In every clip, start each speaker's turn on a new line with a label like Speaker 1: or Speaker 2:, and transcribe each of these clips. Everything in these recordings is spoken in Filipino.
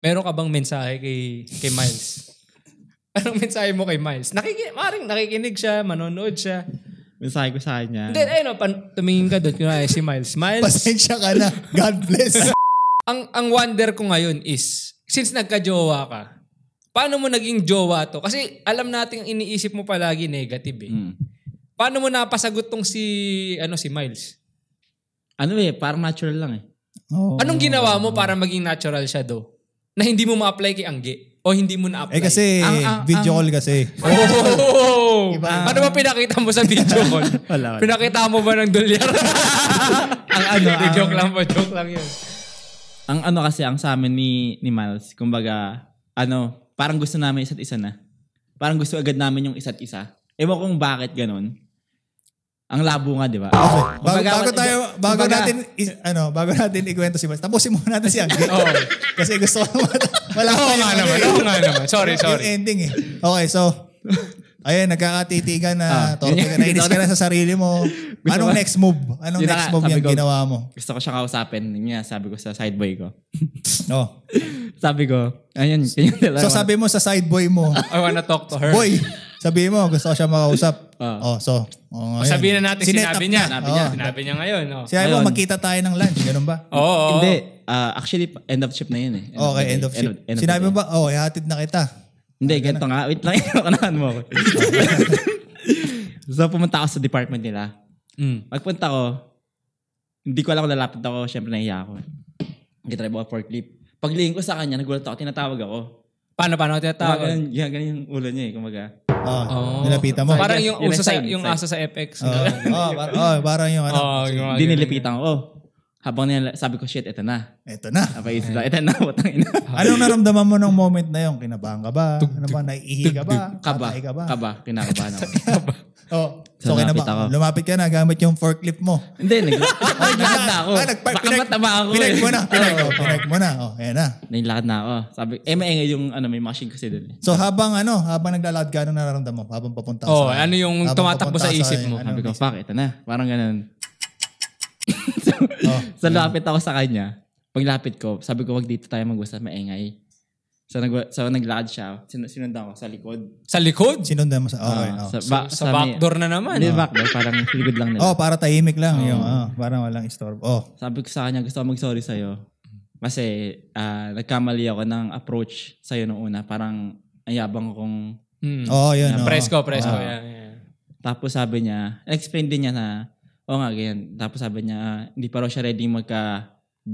Speaker 1: Meron ka bang mensahe kay, kay Miles? Anong mensahe mo kay Miles? Nakiki maring nakikinig siya, manonood siya.
Speaker 2: Mensahe ko sa kanya.
Speaker 1: Then, ayun, o, pan- tumingin ka doon, kunwari si Miles. Miles,
Speaker 3: Pasensya ka na. God bless.
Speaker 1: ang, ang wonder ko ngayon is, since nagka-jowa ka, paano mo naging jowa to? Kasi alam natin ang iniisip mo palagi negative eh.
Speaker 2: Mm.
Speaker 1: Paano mo napasagot tong si, ano, si Miles?
Speaker 2: Ano eh, parang natural lang eh.
Speaker 3: Oo.
Speaker 1: Anong ginawa mo para maging natural siya do? Na hindi mo ma-apply kay Angge? O hindi mo na-apply?
Speaker 3: Eh kasi,
Speaker 2: Ang- ang-
Speaker 3: video call kasi.
Speaker 1: Oh!
Speaker 3: Iba.
Speaker 1: Ano ba pinakita mo sa video call?
Speaker 2: Wala, wala.
Speaker 1: Pinakita mo ba ng dolyar? ang
Speaker 2: ano, ang-
Speaker 1: joke lang po, joke lang yun.
Speaker 2: Ang ano kasi, ang sa amin ni, ni Miles, kumbaga, ano, parang gusto namin isa't isa na. Parang gusto agad namin yung isa't isa. Ewan kung bakit ganun. Ang labo nga, di ba?
Speaker 3: Bago,
Speaker 2: Kumbaga,
Speaker 3: bago tayo, bago
Speaker 2: kumbaga,
Speaker 3: natin, is- ano, bago natin ikwento si Miles. Tapusin muna natin si Angge.
Speaker 1: Oo.
Speaker 3: Kasi gusto ko naman. Wala
Speaker 1: Oo nga naman, oo nga naman. Sorry, sorry.
Speaker 3: Yung ending eh. Okay, so, ayun, nagkakatitigan
Speaker 2: Ah,
Speaker 3: na, torpe
Speaker 2: yun yun.
Speaker 3: ka na, inis ka na sa sarili mo. Anong
Speaker 2: ko-
Speaker 3: next move? Anong
Speaker 2: Yun na
Speaker 3: next
Speaker 2: nga,
Speaker 3: move
Speaker 2: sabi
Speaker 3: yung
Speaker 2: ko.
Speaker 3: ginawa mo?
Speaker 2: Gusto ko siya kausapin. Yun nga, sabi ko sa sideboy ko.
Speaker 3: No.
Speaker 2: sabi ko, ayun, yun yung dalawa.
Speaker 3: So sabi mo sa side boy mo,
Speaker 1: I wanna talk to her.
Speaker 3: boy, sabi mo, gusto ko siya makausap.
Speaker 2: Ah.
Speaker 3: Oh, so,
Speaker 1: O,
Speaker 3: oh, ayun.
Speaker 1: sabihin na natin,
Speaker 3: Sinet
Speaker 1: sinabi
Speaker 3: up
Speaker 1: niya.
Speaker 3: na.
Speaker 1: Sinabi
Speaker 3: Oo.
Speaker 1: niya, sinabi niya ngayon. Oh.
Speaker 3: Sinabi mo,
Speaker 2: Ayun.
Speaker 3: magkita tayo ng lunch, ganun ba?
Speaker 1: Oo, oo, oo.
Speaker 2: Hindi. ah, actually, end of trip na yun eh.
Speaker 3: Okay,
Speaker 2: the
Speaker 3: end
Speaker 2: day.
Speaker 3: of shift.
Speaker 2: end the
Speaker 3: Sinabi mo
Speaker 2: day.
Speaker 3: ba, oh, ihatid na kita.
Speaker 2: Hindi, ganito nga. Wait lang, kanahan mo ako. so, pumunta ako sa department nila.
Speaker 1: Mm.
Speaker 2: Pagpunta ko, hindi ko alam kung lalapit ako. Siyempre, nahiya ako. Nagkitrive ako forklift. Paglingin ko sa kanya, nagulat ako. Tinatawag ako.
Speaker 1: Paano, paano
Speaker 2: Tama,
Speaker 1: tinatawag?
Speaker 2: ganun, ganun, ganun yung ulo niya eh. Kumaga.
Speaker 3: Oh,
Speaker 1: Oo.
Speaker 3: nilapitan mo.
Speaker 1: Parang
Speaker 2: Yes,
Speaker 1: yung,
Speaker 2: yun ang
Speaker 1: uso sa,
Speaker 2: sign,
Speaker 1: yung
Speaker 2: sign.
Speaker 1: asa sa FX.
Speaker 3: Oh, oh, par- oh, parang yung ano.
Speaker 1: Oo, yung mga
Speaker 2: Hindi
Speaker 1: ganun.
Speaker 2: nilipitan ko. Oh, habang nila, sabi ko, shit, eto na.
Speaker 3: Eto na.
Speaker 2: Napaisip lang, eto na, putang ina.
Speaker 3: Anong naramdaman mo ng moment na yon? Kinabahan ka ba? Ano ba? Naiihi ka ba?
Speaker 2: Kaba,
Speaker 3: Tatay ka ba?
Speaker 2: kaba, kinakabahan ako.
Speaker 3: Oh, so
Speaker 2: Lumapit ako.
Speaker 3: kinabahan. Lumapit ka na gamit yung forklift mo.
Speaker 2: Hindi, naglakad na ako.
Speaker 3: Ah, nagpa-
Speaker 2: Baka
Speaker 3: pinag-
Speaker 2: mataba ako.
Speaker 3: Pinag
Speaker 2: eh.
Speaker 3: mo na. Pinag, oh, pinag mo na. Oh, ayan na.
Speaker 2: Nailakad na ako. Sabi, eh maingay yung ano, may machine kasi doon. eh.
Speaker 3: So habang ano, habang naglalakad ka, anong nararamdaman mo? Habang papunta ka
Speaker 1: Oo,
Speaker 3: sa-
Speaker 1: ano yung
Speaker 3: habang
Speaker 1: tumatakbo
Speaker 3: papunta
Speaker 1: sa
Speaker 3: ka
Speaker 1: isip mo?
Speaker 3: ano,
Speaker 2: Sabi ko, fuck, ito na. Parang ganun. so,
Speaker 3: Oh.
Speaker 2: so, lapit ako sa kanya. Paglapit ko, sabi ko, wag dito tayo mag-usap, maingay. So, nag so naglakad siya. Sin- sinundan ko sa likod.
Speaker 1: Sa likod?
Speaker 3: Sinundan mo sa... Okay,
Speaker 2: Ah,
Speaker 3: oh.
Speaker 2: sa, ba-
Speaker 1: Sa
Speaker 2: sa may-
Speaker 1: backdoor na naman.
Speaker 2: Hindi, backdoor. Parang sa likod lang nila.
Speaker 3: Oh, para tahimik lang. Yung, oh, parang walang istorbo. Oh.
Speaker 2: Sabi ko sa kanya, gusto ko mag-sorry sa'yo. Kasi ah, nagkamali ako ng approach sa'yo nung una. Parang ang yabang kong...
Speaker 1: Mm.
Speaker 3: Oo, Oh, yun.
Speaker 1: Yan,
Speaker 3: oo.
Speaker 1: Presko, presko.
Speaker 2: Ah.
Speaker 1: yan, yan.
Speaker 2: Tapos sabi niya, explain din niya na, oo nga, ganyan. Tapos sabi niya, ah, hindi pa raw siya ready magka...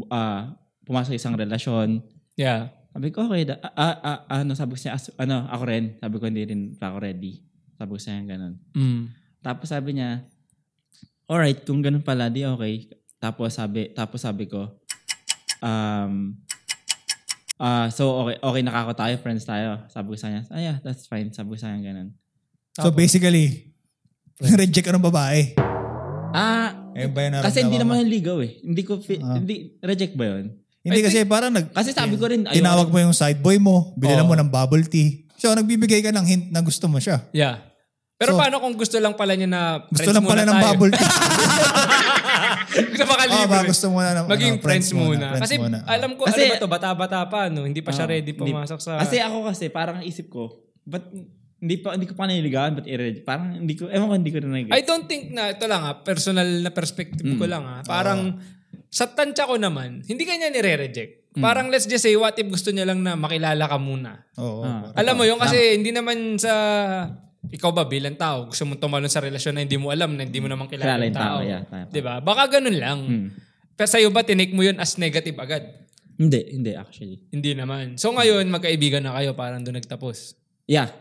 Speaker 2: ah, pumasok sa isang relasyon.
Speaker 1: Yeah.
Speaker 2: Sabi ko, okay. Da, ah, ah, ah, ano, sabi ko siya, as, ano, ako rin. Sabi ko, hindi rin pa ako ready. Sabi ko siya, ganun.
Speaker 1: Mm.
Speaker 2: Tapos sabi niya, alright, kung ganun pala, di okay. Tapos sabi, tapos sabi ko, um, ah so okay, okay nakako tayo, friends tayo. Sabi ko sa kanya, ah yeah, that's fine. Sabi ko sa kanya, ganun.
Speaker 3: So basically, reject ka ng babae. Eh,
Speaker 2: Ah,
Speaker 3: Ayun ba yung nararamdaman
Speaker 2: kasi hindi
Speaker 3: mo?
Speaker 2: naman ligaw eh. Hindi ko, fi-
Speaker 3: Ah.
Speaker 2: hindi, reject ba yun? I
Speaker 3: Hindi kasi parang nag...
Speaker 2: Kasi sabi ko rin, ayaw-
Speaker 3: Tinawag mo yung side boy mo, bilhin
Speaker 1: Oo.
Speaker 3: mo ng bubble tea. So, nagbibigay ka ng hint na gusto mo siya.
Speaker 1: Yeah. Pero
Speaker 3: So,
Speaker 1: paano kung gusto lang pala niya na
Speaker 3: Gusto
Speaker 1: friends
Speaker 3: lang pala
Speaker 1: muna
Speaker 3: ng
Speaker 1: tayo?
Speaker 3: bubble tea.
Speaker 1: gusto makalibre.
Speaker 3: oh, ba, gusto mo na ng
Speaker 1: Maging
Speaker 3: ano,
Speaker 1: friends, muna.
Speaker 3: friends
Speaker 1: Kasi
Speaker 3: muna.
Speaker 1: alam ko,
Speaker 2: Kasi-
Speaker 1: ano ba to, bata-bata pa, no? Hindi pa siya
Speaker 2: Oo,
Speaker 1: ready
Speaker 2: hindi-
Speaker 1: pumasok sa...
Speaker 2: Kasi ako kasi, parang isip ko, but hindi pa hindi ko pa nililigawan but i-reject. Parang hindi ko ewan ko hindi ko na nag
Speaker 1: I don't think na, ito lang ha, personal na perspective
Speaker 2: Mm.
Speaker 1: ko lang ha. Parang, sa tansya ko naman, hindi kanya nire-reject.
Speaker 2: Mm.
Speaker 1: Parang let's just say, what if gusto niya lang na makilala ka muna?
Speaker 3: Oo.
Speaker 2: Ah.
Speaker 3: parang-
Speaker 1: Alam mo yung kasi hindi naman sa ikaw ba bilang tao gusto mong tumalon sa relasyon na hindi mo alam na hindi mo naman kilala
Speaker 2: Kilala
Speaker 1: yung
Speaker 2: yung tao,
Speaker 1: tao.
Speaker 2: yeah, Mm. tama. Hmm.
Speaker 1: 'Di ba? Baka ganun lang. Pero sa'yo ba tinake mo yun as negative agad?
Speaker 2: Hindi, hindi actually.
Speaker 1: Hindi naman. So ngayon magkaibigan na kayo parang doon nagtapos.
Speaker 2: Yeah.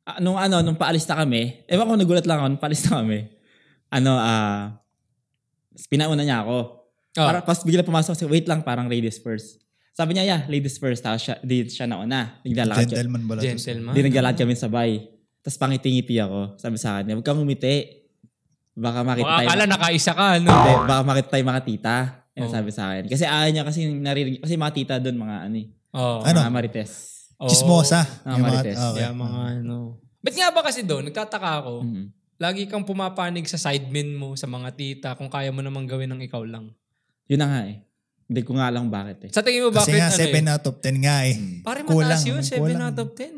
Speaker 2: Ah, nung ano, nung paalis na kami, ewan ko nagulat lang ako nung paalis na kami. Ano, ah, pinauna niya ako.
Speaker 1: Oh.
Speaker 2: Para, tapos bigla pumasok siya, wait lang, parang ladies first. Sabi niya, yeah, ladies first. Tapos siya, di siya nauna. Naglalakad siya.
Speaker 3: Gentleman pala. to.
Speaker 1: Gentleman.
Speaker 2: Di naglalakad kami sabay. Tapos pangitingiti ako. Sabi sa akin, huwag kang umiti. Baka
Speaker 1: O,
Speaker 2: makita tayo.
Speaker 1: akala nakaisa ka ano.
Speaker 2: Hindi, baka makita tayo mga tita. Yan
Speaker 1: Oh.
Speaker 2: sabi sa akin. Kasi ayaw niya kasi naririnig. Kasi mga tita doon, mga ano eh.
Speaker 1: Oh.
Speaker 3: Ano?
Speaker 2: Mga marites.
Speaker 1: Oh.
Speaker 3: Chismosa.
Speaker 2: Ah,
Speaker 3: Yung mga-
Speaker 2: Marites.
Speaker 3: okay.
Speaker 1: Yeah, mga ano. Ba't nga ba kasi doon, nagtataka ako,
Speaker 2: Mhm.
Speaker 1: lagi kang pumapanig sa sidemen mo, sa mga tita, kung kaya mo namang gawin ng ikaw lang.
Speaker 2: Yun na nga eh. Hindi ko nga alam bakit eh.
Speaker 1: Sa tingin mo
Speaker 3: Kasi
Speaker 1: bakit?
Speaker 3: nga,
Speaker 1: ano
Speaker 3: 7
Speaker 1: eh? Hmm.
Speaker 3: out of 10 nga eh.
Speaker 1: Pare
Speaker 3: Kulang,
Speaker 1: mataas yun, 7
Speaker 3: kulang.
Speaker 1: out of 10.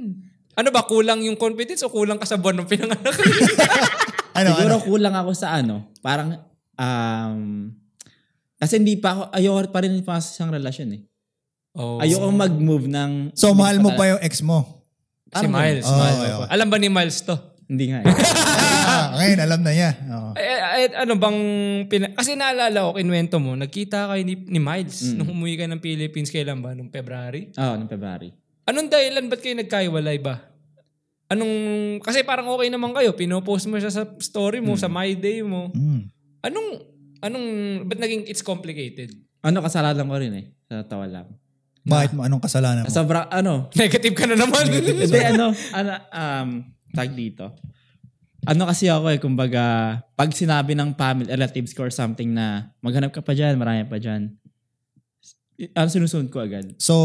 Speaker 1: Ano ba, kulang yung confidence o kulang ka sa buwan ng pinanganak?
Speaker 3: Ano,
Speaker 2: Siguro
Speaker 3: ano?
Speaker 2: kulang ako sa ano. Parang, um, kasi hindi pa ako, ayoko pa rin pa sa isang relasyon eh.
Speaker 1: oh.
Speaker 2: Ayoko mag-move ng...
Speaker 3: So, mahal
Speaker 1: Ah.
Speaker 3: mo pa yung ex mo.
Speaker 1: Si Miles.
Speaker 3: Oh,
Speaker 1: Miles.
Speaker 3: ayoko.
Speaker 1: Alam ba ni Miles to?
Speaker 2: Hindi nga eh.
Speaker 3: ah, ngayon, alam na niya. Oo.
Speaker 1: Ay, ay, ay, ano bang... Pina- Kasi naalala ko, kinuwento mo, nagkita kayo ni, ni Miles nung umuwi ka ng Philippines. Kailan ba? Nung February?
Speaker 2: Oo, ng February.
Speaker 1: Anong dahilan ba't kayo nagkaiwalay ba? Anong... Kasi parang okay naman kayo. Pinopost mo siya sa story mo, sa My Day mo.
Speaker 3: Mm.
Speaker 1: Anong... Anong... Ba't naging it's complicated?
Speaker 2: Ano, kasalanan ko rin eh. Sa tawa lang.
Speaker 3: Bakit mo? Anong kasalanan mo?
Speaker 2: Sobra, ano,
Speaker 1: Negative ka na naman.
Speaker 2: Hindi, ano, ano, um, tag dito. Ano kasi ako eh, kumbaga, pag sinabi ng family, relatives ko or something na maghanap ka pa dyan, marami pa dyan, i- ano sinusunod ko agad?
Speaker 3: So,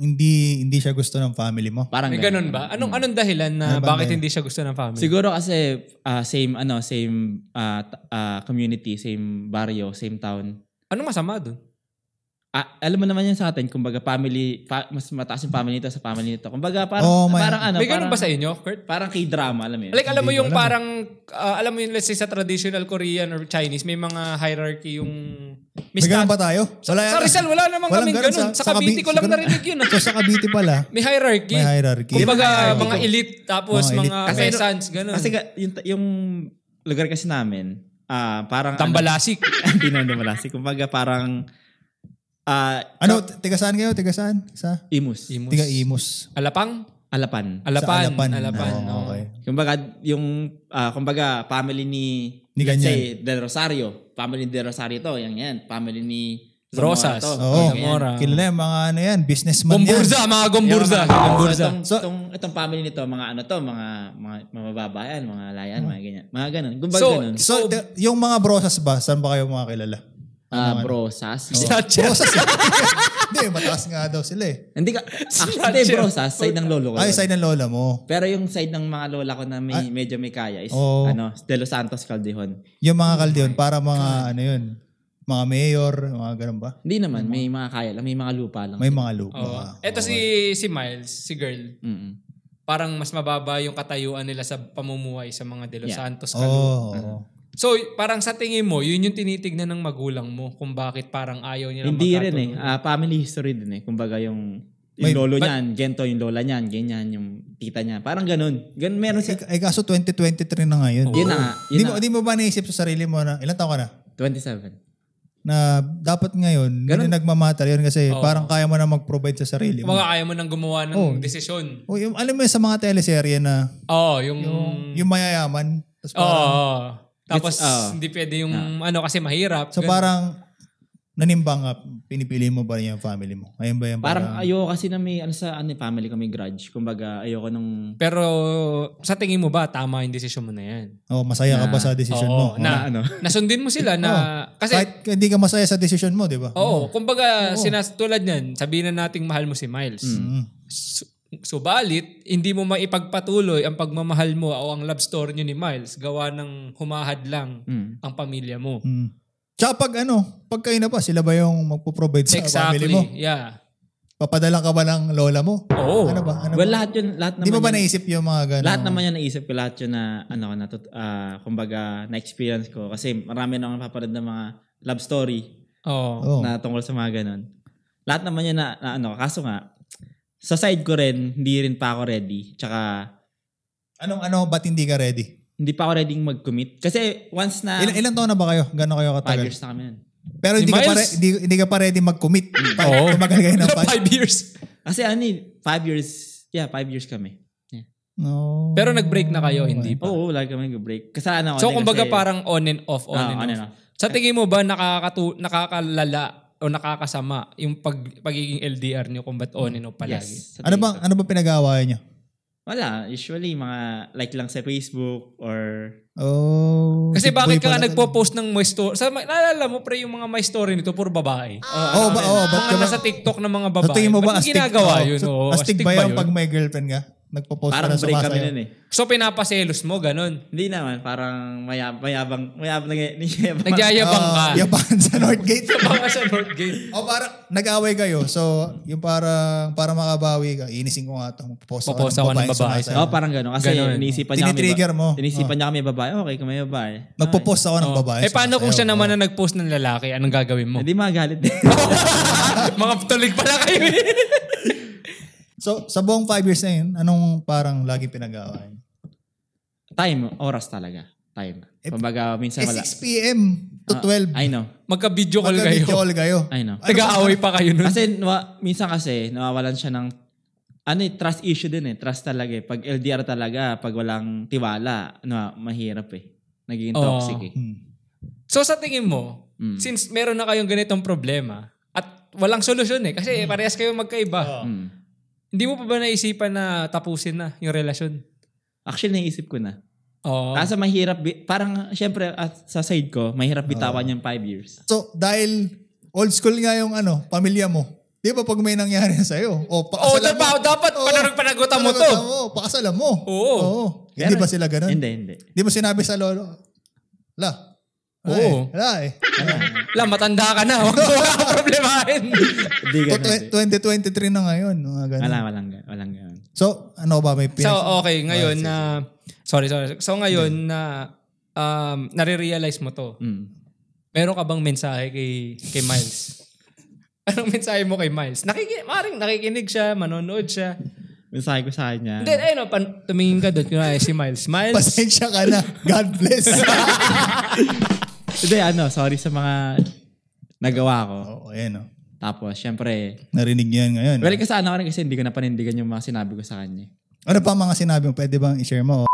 Speaker 3: hindi hindi siya gusto ng family mo.
Speaker 2: Parang Mm.
Speaker 1: May ganun ba? Anong anong dahilan na
Speaker 3: Ano ba
Speaker 1: bakit
Speaker 3: dahilan?
Speaker 1: hindi siya gusto ng family?
Speaker 2: Siguro kasi ah, same ano, same ah, t- ah, community, same barrio, same town.
Speaker 1: Anong masama doon?
Speaker 2: Ah, alam mo naman yan sa atin, kumbaga family, pa- mas mataas yung family nito sa family nito. Kumbaga parang,
Speaker 3: Oh, may-
Speaker 2: parang ano,
Speaker 1: May ganun
Speaker 2: parang,
Speaker 1: ba sa inyo, Kurt?
Speaker 2: parang k-drama, alam mo yun.
Speaker 1: Like alam mo
Speaker 3: Hindi
Speaker 1: yung
Speaker 3: ko alam eh.
Speaker 1: parang ah, alam mo yung let's say sa traditional Korean or Chinese may mga hierarchy yung may
Speaker 3: May ganun
Speaker 1: stat-
Speaker 3: ba tayo? Wala
Speaker 1: Sa
Speaker 3: yata.
Speaker 1: Rizal wala namang
Speaker 3: Walang
Speaker 1: kaming
Speaker 3: ganun.
Speaker 1: ganun. Sa,
Speaker 3: Sa- sa
Speaker 1: Cavite
Speaker 3: Cavi-
Speaker 1: ko lang
Speaker 3: siguro-
Speaker 1: narinig yun. ah.
Speaker 3: So, sa Cavite pala,
Speaker 1: May hierarchy.
Speaker 3: May hierarchy.
Speaker 1: Kumbaga
Speaker 3: May hierarchy.
Speaker 1: mga elite tapos
Speaker 3: Mga
Speaker 1: mga,
Speaker 3: elite.
Speaker 2: Kasi-
Speaker 1: peasants ganun.
Speaker 2: Kasi ga- yung, yung lugar kasi namin, ah parang...
Speaker 1: Tambalasik.
Speaker 2: Hindi naman tambalasik. Kumbaga parang... ah
Speaker 3: ano, tiga saan kayo? Tiga saan? Sa?
Speaker 2: imus.
Speaker 1: Imus.
Speaker 3: Tiga Imus.
Speaker 1: Alapang?
Speaker 2: Alapan.
Speaker 1: Alapan.
Speaker 3: Sa Alapan.
Speaker 1: Alapan.
Speaker 3: Oo,
Speaker 1: oo.
Speaker 3: okay.
Speaker 2: Kumbaga, yung... ah, kumbaga, family ni...
Speaker 3: Ni
Speaker 2: let's
Speaker 3: ganyan.
Speaker 2: say, De Rosario. Family ni De Rosario to. Yan yan. Family ni... Zamora
Speaker 1: Rosas.
Speaker 2: to.
Speaker 3: Oo.
Speaker 2: Yan.
Speaker 1: Zamora.
Speaker 3: Kilala yung mga ano yan, businessman yan.
Speaker 1: Gomburza, mga Gomburza.
Speaker 2: Yung mga-
Speaker 1: Gomburza.
Speaker 2: Itong,
Speaker 3: So-
Speaker 2: itong, itong family nito, mga ano to, mga, mga, mga mababayan, mga layan, mga ganyan. Mga ganun. Kumbaga
Speaker 1: So,
Speaker 2: ganun.
Speaker 3: Hmm. So, the- yung mga brosas ba, saan ba kayo mga kilala?
Speaker 2: Ah, brosas.
Speaker 1: Snatcher.
Speaker 3: Brosas. Hindi, mataas nga daw sila eh.
Speaker 2: Hindi ka, actually,
Speaker 1: Snatcher.
Speaker 2: brosas, side ng lolo ko.
Speaker 3: Ay,
Speaker 2: yun.
Speaker 3: side ng lola mo.
Speaker 2: Pero yung side ng mga lola ko na
Speaker 3: Ah.
Speaker 2: may, medyo may kaya is
Speaker 3: Oo.
Speaker 2: ano, De Los Santos Caldejon.
Speaker 3: Yung mga kaldeon, para mga ano yun, mga mayor, mga ganun ba?
Speaker 2: Hindi naman, may mga kaya lang, may mga lupa lang.
Speaker 3: May mga lupa.
Speaker 1: Oo. Eto si si Miles, si girl.
Speaker 2: Mm-mm.
Speaker 1: Parang mas mababa yung katayuan nila sa pamumuhay sa mga De Los
Speaker 2: Yeah.
Speaker 1: Santos.
Speaker 3: Oo.
Speaker 1: Caloocan.
Speaker 3: oo.
Speaker 1: So, parang sa tingin mo, yun yung tinitignan ng magulang mo kung bakit parang ayaw nila
Speaker 2: Hindi rin eh. Ah, family history din eh. Kumbaga yung, yung
Speaker 3: May-
Speaker 2: lolo niyan, gento yung lola niyan, ganyan yung tita niya. Parang ganun. Ganun meron siya.
Speaker 3: Ay, ay, eh, kaso 2023 na ngayon.
Speaker 2: Yun na nga. Yun
Speaker 3: Oh. Di
Speaker 2: na
Speaker 3: mo,
Speaker 2: nga.
Speaker 3: di mo ba naisip sa sarili mo na, ilan taon ka na?
Speaker 2: 27.
Speaker 3: Na dapat ngayon, ganun.
Speaker 2: Ganun.
Speaker 3: hindi nagmamatter yun kasi
Speaker 1: Oo.
Speaker 3: parang kaya mo na mag-provide sa sarili mo.
Speaker 1: Mga ayaw mo nang gumawa ng
Speaker 3: Oh.
Speaker 1: desisyon.
Speaker 3: O, yung, alam mo yun, sa mga teleserye na
Speaker 1: Oo, yung...
Speaker 3: yung mayayaman, tapos
Speaker 1: Hmm. Oo.
Speaker 3: parang,
Speaker 1: oo. Tapos,
Speaker 2: It's- oo.
Speaker 1: hindi pwede yung
Speaker 2: Ah.
Speaker 1: ano kasi mahirap. Ganun.
Speaker 3: so parang nanimbang ka, pinipili mo ba niya yung family mo? Ayun ba yan?
Speaker 2: Parang ayoko kasi na may, ano sa ano, family ko may grudge. Kumbaga ayoko nung,
Speaker 1: Pero, sa tingin mo ba, tama yung desisyon mo na yan?
Speaker 3: Oh, masaya ka ba sa decision
Speaker 1: Oo,
Speaker 3: mo?
Speaker 1: Na,
Speaker 2: ano?
Speaker 1: Nasundin mo sila na... Kasi,
Speaker 3: Oh. Kahit Oh. hindi ka masaya sa decision mo, di ba?
Speaker 1: oo, kumbaga, sinas, tulad niyan, sabihin na nating mahal mo si Miles.
Speaker 2: Hmm.
Speaker 3: Mm.
Speaker 1: Su- Subalit, hindi mo maipagpatuloy ang pagmamahal mo o ang love story niyo ni Miles gawa ng humahad lang
Speaker 2: Mm.
Speaker 1: ang pamilya mo.
Speaker 3: Mm. Tsaka pag ano, pag kayo na ba, sila ba yung magpo-provide sa family
Speaker 1: Exactly.
Speaker 3: mo?
Speaker 1: Yeah.
Speaker 3: Papadala ka ba ng lola mo?
Speaker 1: Oo.
Speaker 3: Ano ba? Ano ba?
Speaker 2: well, lahat yun, lahat naman
Speaker 3: Di mo ba
Speaker 2: yun-
Speaker 3: naisip yung mga gano'n?
Speaker 2: Lahat naman yung naisip ko, lahat yun na, ano, na, ah, kumbaga, na-experience ko. Kasi marami na akong napapanood ng mga love story
Speaker 1: Oo.
Speaker 3: Oh.
Speaker 2: na tungkol sa mga ganun. Lahat naman yun na, na ano, kaso nga, sa side ko rin, hindi rin pa ako ready. Tsaka,
Speaker 3: Anong ano, ba't hindi ka ready?
Speaker 2: hindi pa ako ready mag-commit. Kasi once
Speaker 1: Ah.
Speaker 2: na,
Speaker 3: Ilan, ilan taon na ba kayo? Gano'n kayo
Speaker 2: five
Speaker 3: katagal?
Speaker 2: years na kami nun.
Speaker 3: Pero hindi
Speaker 1: Ni
Speaker 3: ka, pa,
Speaker 1: Miles?
Speaker 3: re- hindi, hindi ka pa ready mag-commit. Pa,
Speaker 1: Mm. Oo.
Speaker 3: Tumagal kayo ng five.
Speaker 1: Five years.
Speaker 2: Kasi ano eh, five years, yeah, five years kami. Yeah.
Speaker 3: No.
Speaker 1: Pero nag-break na kayo, hindi
Speaker 3: Ah.
Speaker 1: pa.
Speaker 2: Oo, oh, lagi kami nag-break. Kasalanan
Speaker 1: So,
Speaker 2: ko din
Speaker 1: kumbaga
Speaker 2: kasi-
Speaker 1: parang on and off, on
Speaker 2: Ah,
Speaker 1: and
Speaker 2: on and
Speaker 1: off. Sa tingin mo ba nakakatu nakakalala o nakakasama yung pag pagiging LDR niyo kung ba't on and off palagi?
Speaker 2: Yes. Sa
Speaker 3: Ano
Speaker 2: tingin
Speaker 3: bang,
Speaker 2: ko.
Speaker 3: ano bang pinag-aawayan niyo?
Speaker 2: Wala. Usually, mga like lang sa Facebook or
Speaker 3: Oh.
Speaker 1: Kasi
Speaker 3: si
Speaker 1: bakit
Speaker 3: Boy
Speaker 1: ka nga
Speaker 3: pala talaga.
Speaker 1: nagpo-post ng my story? Sa, naalala mo pre yung mga my story nito, puro babae.
Speaker 3: Oh, ba, oh,
Speaker 1: mga
Speaker 3: ba't ka
Speaker 1: Ah,
Speaker 3: ba?
Speaker 1: nasa TikTok ng mga babae.
Speaker 3: Sa tingin mo ba
Speaker 1: Ba't
Speaker 3: astig?
Speaker 1: ginagawa
Speaker 3: Oo.
Speaker 1: yun?
Speaker 3: Sa-
Speaker 1: Oo,
Speaker 3: astig ba yun pag may girlfriend ka? Nagpo-post ka
Speaker 2: Parang
Speaker 3: na
Speaker 2: break
Speaker 3: sumasa
Speaker 2: kami
Speaker 3: yun.
Speaker 2: nun eh.
Speaker 1: So pinapaselos mo, ganun.
Speaker 2: Hindi naman, parang mayab, mayabang, mayabang, nangy- nangyayabang.
Speaker 1: Nagyayabang ka.
Speaker 3: Ah, yabangan sa Northgate.
Speaker 1: Yabang ka sa Northgate.
Speaker 3: o parang Oh, nag-away kayo. So, yung parang para makabawi ka, inisin ko nga ito. Popost
Speaker 1: Popost ako ng babae.
Speaker 3: sumasaya.
Speaker 2: Oo, parang gano'n. Kasi
Speaker 1: Ganun.
Speaker 2: iniisipan niya kami.
Speaker 3: Tinitrigger mo.
Speaker 2: Iniisipan niya kami babae. Okay, kung may babae.
Speaker 3: Magpo-post ako ng
Speaker 1: Oh.
Speaker 3: babae.
Speaker 1: eh paano kung siya
Speaker 3: sumasayaw.
Speaker 1: naman na nag-post ng lalaki? Anong gagawin mo?
Speaker 2: Hindi magalit din.
Speaker 1: Mga tulig pala kayo eh.
Speaker 3: So, sa buong five years na yun, anong parang lagi pinagawa niyo?
Speaker 2: Time, oras talaga. Time.
Speaker 3: Eh,
Speaker 2: Kumbaga, minsan
Speaker 3: Eh,
Speaker 2: wala.
Speaker 3: 6 p.m. to
Speaker 2: Ah, I
Speaker 3: 12.
Speaker 2: know.
Speaker 1: Magka-video call
Speaker 3: Magka-video
Speaker 1: kayo.
Speaker 3: call Ano kayo.
Speaker 2: I know.
Speaker 1: Nag-aaway pa kayo nun.
Speaker 2: Kasi nawa, minsan kasi nawawalan siya ng ano eh, trust issue din eh. Trust talaga eh. Pag LDR talaga, pag walang tiwala, ano, mahirap eh. Nagiging
Speaker 1: Oo.
Speaker 2: toxic eh.
Speaker 3: Hmm.
Speaker 1: So sa tingin mo,
Speaker 2: Mm.
Speaker 1: since meron na kayong ganitong problema, at walang solusyon eh, kasi parehas kayo magkaiba,
Speaker 2: Mm.
Speaker 1: hindi mo pa ba naisipan na tapusin na yung relasyon?
Speaker 2: Actually, naisip ko na.
Speaker 1: Oo.
Speaker 2: Kaso mahirap, bi- parang syempre at sa side ko, mahirap bitawan yung five years.
Speaker 3: So, dahil old school nga yung ano, pamilya mo. Di ba pag may nangyari sa'yo?
Speaker 1: Oo,
Speaker 3: O, pakasalan mo.
Speaker 1: Oh, dapat, dapat
Speaker 3: Oo,
Speaker 1: panagot-panagutan mo to.
Speaker 3: panagutan mo, Pakasalan mo.
Speaker 1: Oo.
Speaker 3: Hindi ba sila ganun?
Speaker 2: Hindi, hindi.
Speaker 3: Hindi mo sinabi sa lolo, la, wala
Speaker 1: Oo.
Speaker 3: eh, wala eh.
Speaker 1: La, matanda ka na. Huwag mo na problemahin.
Speaker 2: Hindi
Speaker 3: To-
Speaker 2: ganun.
Speaker 3: twen- 2023 na ngayon. Mga ganun.
Speaker 2: Wala, oh, walang, ga- walang ganun.
Speaker 3: So, ano ba may
Speaker 1: so,
Speaker 3: pinag- Ah,
Speaker 1: okay. Ngayon na... sorry, sorry. So, ngayon na... um, nare-realize mo to.
Speaker 2: Mm.
Speaker 1: Meron ka bang mensahe kay, kay Miles? Anong mensahe mo kay Miles? Nakikinig, maring nakikinig siya, manonood siya.
Speaker 2: Mensahe ko sa kanya.
Speaker 1: Then, ayun o, pan- tumingin ka doon. Kunwari si Miles. Miles,
Speaker 3: Pasensya ka na. God bless.
Speaker 2: Hindi, ano, sorry sa mga nagawa ko.
Speaker 3: Oo, ayan o.
Speaker 2: Tapos, syempre,
Speaker 3: Narinig niyo yan ngayon.
Speaker 2: ano, well, kasama ko rin kasi hindi ko na panindigan yung mga sinabi ko sa kanya.
Speaker 3: ano pa ang mga sinabi mo? Pwede bang i-share mo?